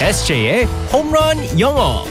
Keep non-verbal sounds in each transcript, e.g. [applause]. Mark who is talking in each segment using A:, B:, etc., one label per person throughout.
A: SJ의 홈런 영어.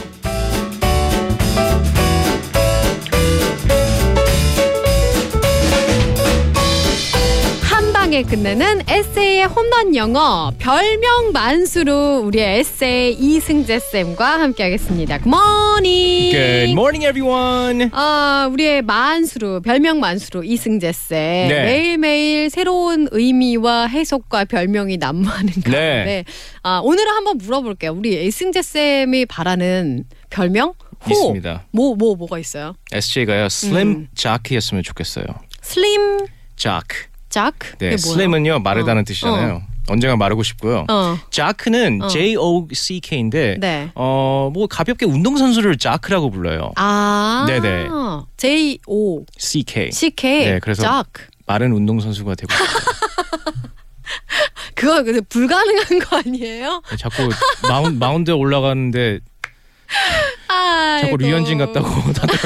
B: 한 방에 끝내는 에세이의 홈런 영어 별명 만수로 우리의 에세이 이승재 쌤과 함께하겠습니다. Good morning.
A: Good morning, everyone.
B: 아, 우리의 만수로 별명 만수로 이승재 쌤
C: 네.
B: 매일매일 새로운 의미와 해석과 별명이 난무하는
C: 네.
B: 가운데 아, 오늘은 한번 물어볼게요. 우리 이승재 쌤이 바라는 별명 호
C: 있습니다.
B: 뭐, 뭐, 뭐가 있어요?
C: SJ가요.
B: 음.
C: 슬림 자크였으면 좋겠어요.
B: 슬림
C: 자크.
B: 자크?
C: 네, 슬림은요 마르다는 뜻이잖아요. 언젠가 마르고 싶고요.
B: 어.
C: 자크는
B: 어.
C: J O C K인데
B: 네.
C: 어, 뭐 가볍게 운동 선수를 자크라고 불러요.
B: 아,
C: 네네.
B: J O
C: C K.
B: C K.
C: 네, 그래서-
B: 짝.
C: 마른 운동 선수가 되고 싶어요.
B: 그거 근데 불가능한 거 아니에요?
C: 자꾸 마운, 마운드에 올라가는데
B: 아이고.
C: 자꾸 류현진 같다고 [laughs] 다들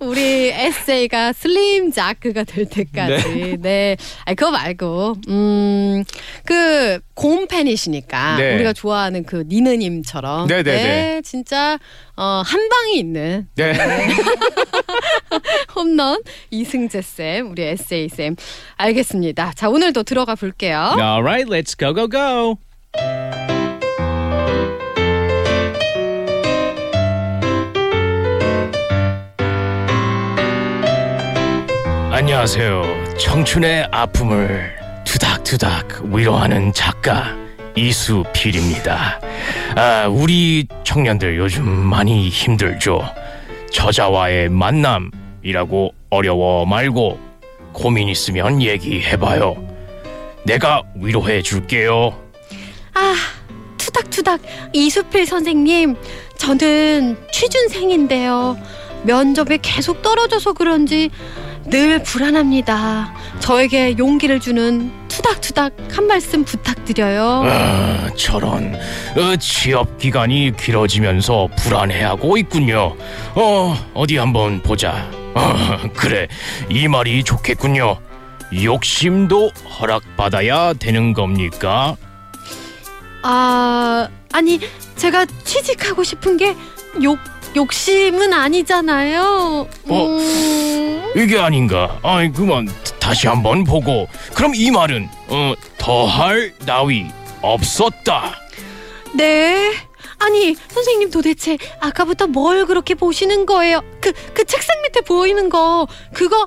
B: 우리 에세이가 슬림 자크가 될 때까지. 네. 아니, 그거 말고, 음, 그, 곰팬이시니까.
C: 네.
B: 우리가 좋아하는 그 니느님처럼.
C: 네, 네,
B: 네, 진짜, 어, 한 방이 있는
C: 네.
B: 홈런 이승재 쌤, 우리 에세이 쌤. 알겠습니다. 자, 오늘도 들어가 볼게요.
C: All right, let's go go go. 안녕하세요. 청춘의 아픔을 두닥두닥 위로하는 작가 이수필입니다. 아, 우리 청년들 요즘 많이 힘들죠. 저자와의 만남이라고 어려워 말고 고민 있으면 얘기해봐요. 내가 위로해 줄게요.
B: 아, 투닥투닥 이수필 선생님, 저는 취준생인데요. 면접에 계속 떨어져서 그런지 늘 불안합니다. 저에게 용기를 주는 투닥투닥 한 말씀 부탁드려요.
C: 아, 저런 어, 취업 기간이 길어지면서 불안해하고 있군요. 어, 어디 한번 보자. 아, 그래, 이 말이 좋겠군요. 욕심도 허락받아야 되는 겁니까?
B: 아, 아니 제가 취직하고 싶은 게 욕, 욕심은 아니잖아요.
C: 어?
B: 음,
C: 이게 아닌가? 아이 그만 다시 한번 보고. 그럼 이 말은 어, 더할 나위 없었다.
B: 네. 아니 선생님 도대체 아까부터 뭘 그렇게 보시는 거예요? 그 그 책상 밑에 보이는 거 그거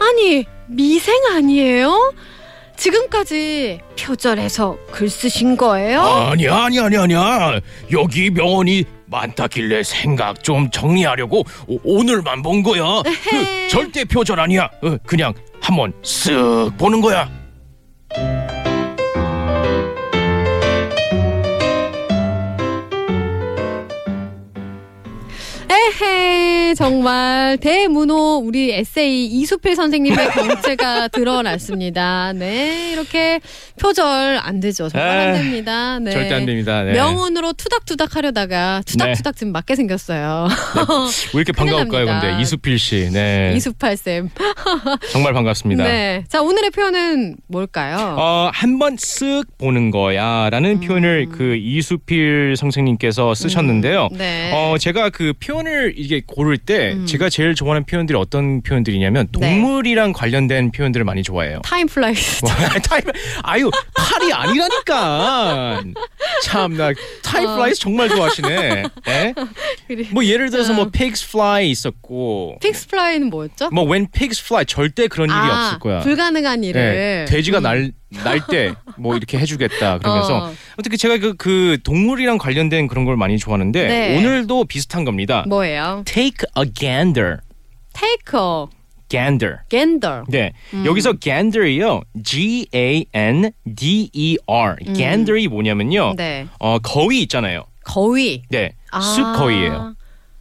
B: 아니 미생 아니에요? 지금까지 표절해서 글 쓰신 거예요?
C: 아니야 아니야 아니야 아니야 여기 명언이 많다길래 생각 좀 정리하려고 오, 오늘만 본 거야
B: 에헤.
C: 그, 절대 표절 아니야 어, 그냥 한번 쓱 보는 거야
B: 에헤 정말 대문호 우리 에세이 이수필
C: [laughs]
B: 선생님의 경제가 드러났습니다. 네 이렇게 표절 안 되죠. 정말 안
C: 에이,
B: 됩니다. 네.
C: 됩니다 네.
B: 명언으로 투닥투닥 하려다가 투닥투닥 지금 맞게 생겼어요.
C: 왜 이렇게
B: 큰일 반가울까요, 납니다. 근데?
C: 이수필 씨네
B: 이수팔 쌤.
C: 정말 반갑습니다
B: 네. 자 오늘의 표현은 뭘까요?
C: 어, 한번 쓱 보는 거야라는
B: 음.
C: 표현을 그 이수필 선생님께서 쓰셨는데요.
B: 네.
C: 어, 제가 그 표현을 이게 고를 때
B: 음.
C: 제가 제일 좋아하는 표현들이 어떤 표현들이냐면
B: 네.
C: 동물이랑 관련된 표현들을 많이 좋아해요.
B: 타임 플라이스.
C: 뭐. [laughs] 타임 아유 팔이 아니라니까 참나 타임
B: 어.
C: 플라이스 정말 좋아하시네. 예? 뭐 예를 들어서 뭐 pigs fly 있었고
B: 픽스 플라이는 뭐였죠?
C: 뭐 when pigs fly 절대 그런 일이
B: 아,
C: 없을 거야.
B: 불가능한
C: 네,
B: 일을.
C: 돼지가 날 날 때 뭐 이렇게 해주겠다 그러면서
B: 어.
C: 어떻게 제가 그, 그 동물이랑 관련된 그런 걸 많이 좋아하는데
B: 네.
C: 오늘도 비슷한 겁니다.
B: 뭐예요?
C: Take a gander,
B: 테이커,
C: gander.
B: 겐더.
C: 네
B: 음.
C: 여기서 gander이요 G A N D E R gander이 뭐냐면요
B: 음. 네.
C: 어 거위 있잖아요.
B: 거위.
C: 네
B: 아.
C: 쑥거위예요.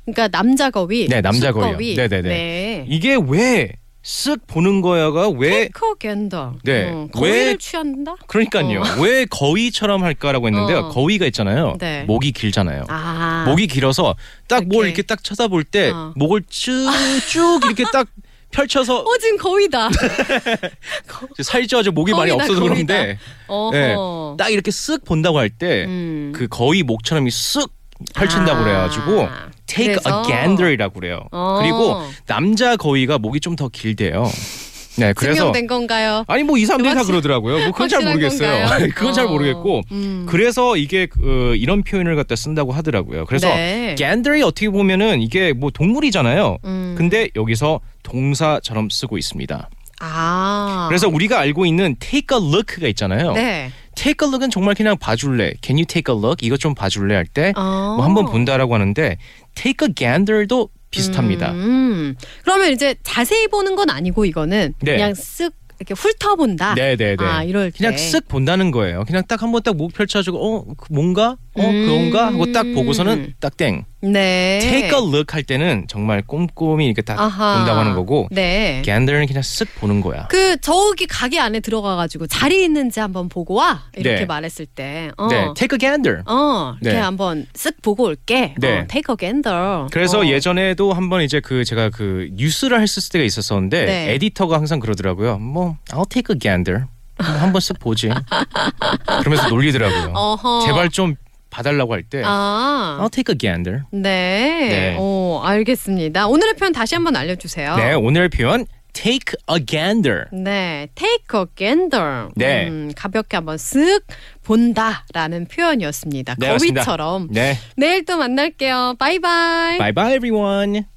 B: 그러니까 남자 거위.
C: 네, 남자
B: 숲
C: 거위요.
B: 거위.
C: 네네네.
B: 네.
C: 이게 왜 쓱 보는 거야가 왜
B: 테이커 겐더.
C: 네.
B: 어, 거위를
C: 왜-
B: 취한다?
C: 그러니까요 왜 거위처럼 할까라고 했는데요
B: 어.
C: 거위가 있잖아요
B: 네.
C: 목이 길잖아요.
B: 아.
C: 목이 길어서 딱 뭘
B: 이렇게.
C: 이렇게 딱 쳐다볼 때
B: 어.
C: 목을 쭉쭉 이렇게 딱 펼쳐서
B: 어 지금
C: [laughs]
B: 거의다.
C: 사이즈가 좀 목이 많이
B: 거기다,
C: 없어서
B: 거기다.
C: 그런데
B: 어허.
C: 딱 이렇게 쓱 본다고 할 때 네. 그
B: 음.
C: 거의 목처럼 쓱 펼친다고
B: 아,
C: 그래가지고 take
B: 그래서?
C: a gander이라고 그래요.
B: 어.
C: 그리고 남자 거위가 목이 좀 더 길대요. 네, 그래서
B: [laughs] 증명된 건가요?
C: 아니 뭐 이 사람들이 다
B: 확실-
C: 그러더라고요. 뭐 그건 잘
B: 확실한
C: 모르겠어요.
B: 건가요?
C: [laughs] 그건 잘
B: 어.
C: 모르겠고
B: 음.
C: 그래서 이게 그, 이런 표현을 갖다 쓴다고 하더라고요. 그래서
B: 네.
C: 겐들이 어떻게 보면은 이게 뭐 동물이잖아요.
B: 음.
C: 근데 여기서 동사처럼 쓰고 있습니다.
B: 아.
C: 그래서 우리가 알고 있는 take a look가 있잖아요.
B: 네.
C: take a look은 정말 그냥 봐줄래. Can you take a look? 이것 좀 봐줄래 할 때 뭐
B: 어.
C: 한번 본다라고 하는데 take a gander도 비슷합니다.
B: 음. 그러면 이제 자세히 보는 건 아니고 이거는
C: 네.
B: 그냥 쓱 이렇게 훑어본다.
C: 네네네.
B: 아 이럴 때.
C: 그냥 쓱 본다는 거예요. 그냥 딱 한번 딱 목 펼쳐주고 어 그- 뭔가 어
B: 음.
C: 그건가 하고 딱 보고서는 딱 땡.
B: 네.
C: take a look 할 때는 정말 꼼꼼히 이렇게 딱
B: 아하.
C: 본다고 하는 거고
B: 네.
C: 겐더는 그냥 쓱 보는 거야.
B: 그 저기 가게 안에 들어가가지고 자리 있는지 한번 보고 와 이렇게
C: 네.
B: 말했을 때. 어.
C: 네, take a gander.
B: 어, 이렇게
C: 네.
B: 한번 쓱 보고 올게.
C: 네.
B: 어, take a gander.
C: 그래서
B: 어.
C: 예전에도 한번 이제 그 제가 그 뉴스를 했을 때가 있었었는데
B: 네.
C: 에디터가 항상 그러더라고요. 뭐 I'll take a gander. 뭐 한번 쓱 보지. 그러면서 놀리더라고요.
B: [laughs] 어허.
C: 제발 어, 좀 봐달라고 할 때
B: 아.
C: I'll take a gander.
B: 네.
C: 네.
B: 어, 알겠습니다. 오늘의 표현 다시 한번 알려주세요.
C: 네, 오늘 표현 take a gander.
B: 네, take a gander.
C: 네.
B: 음, 가볍게 한번 쓱 본다라는 표현이었습니다.
C: 네, 맞습니다.
B: 거위처럼.
C: 네,
B: 내일 또 만날게요. 바이바이.
C: bye bye everyone.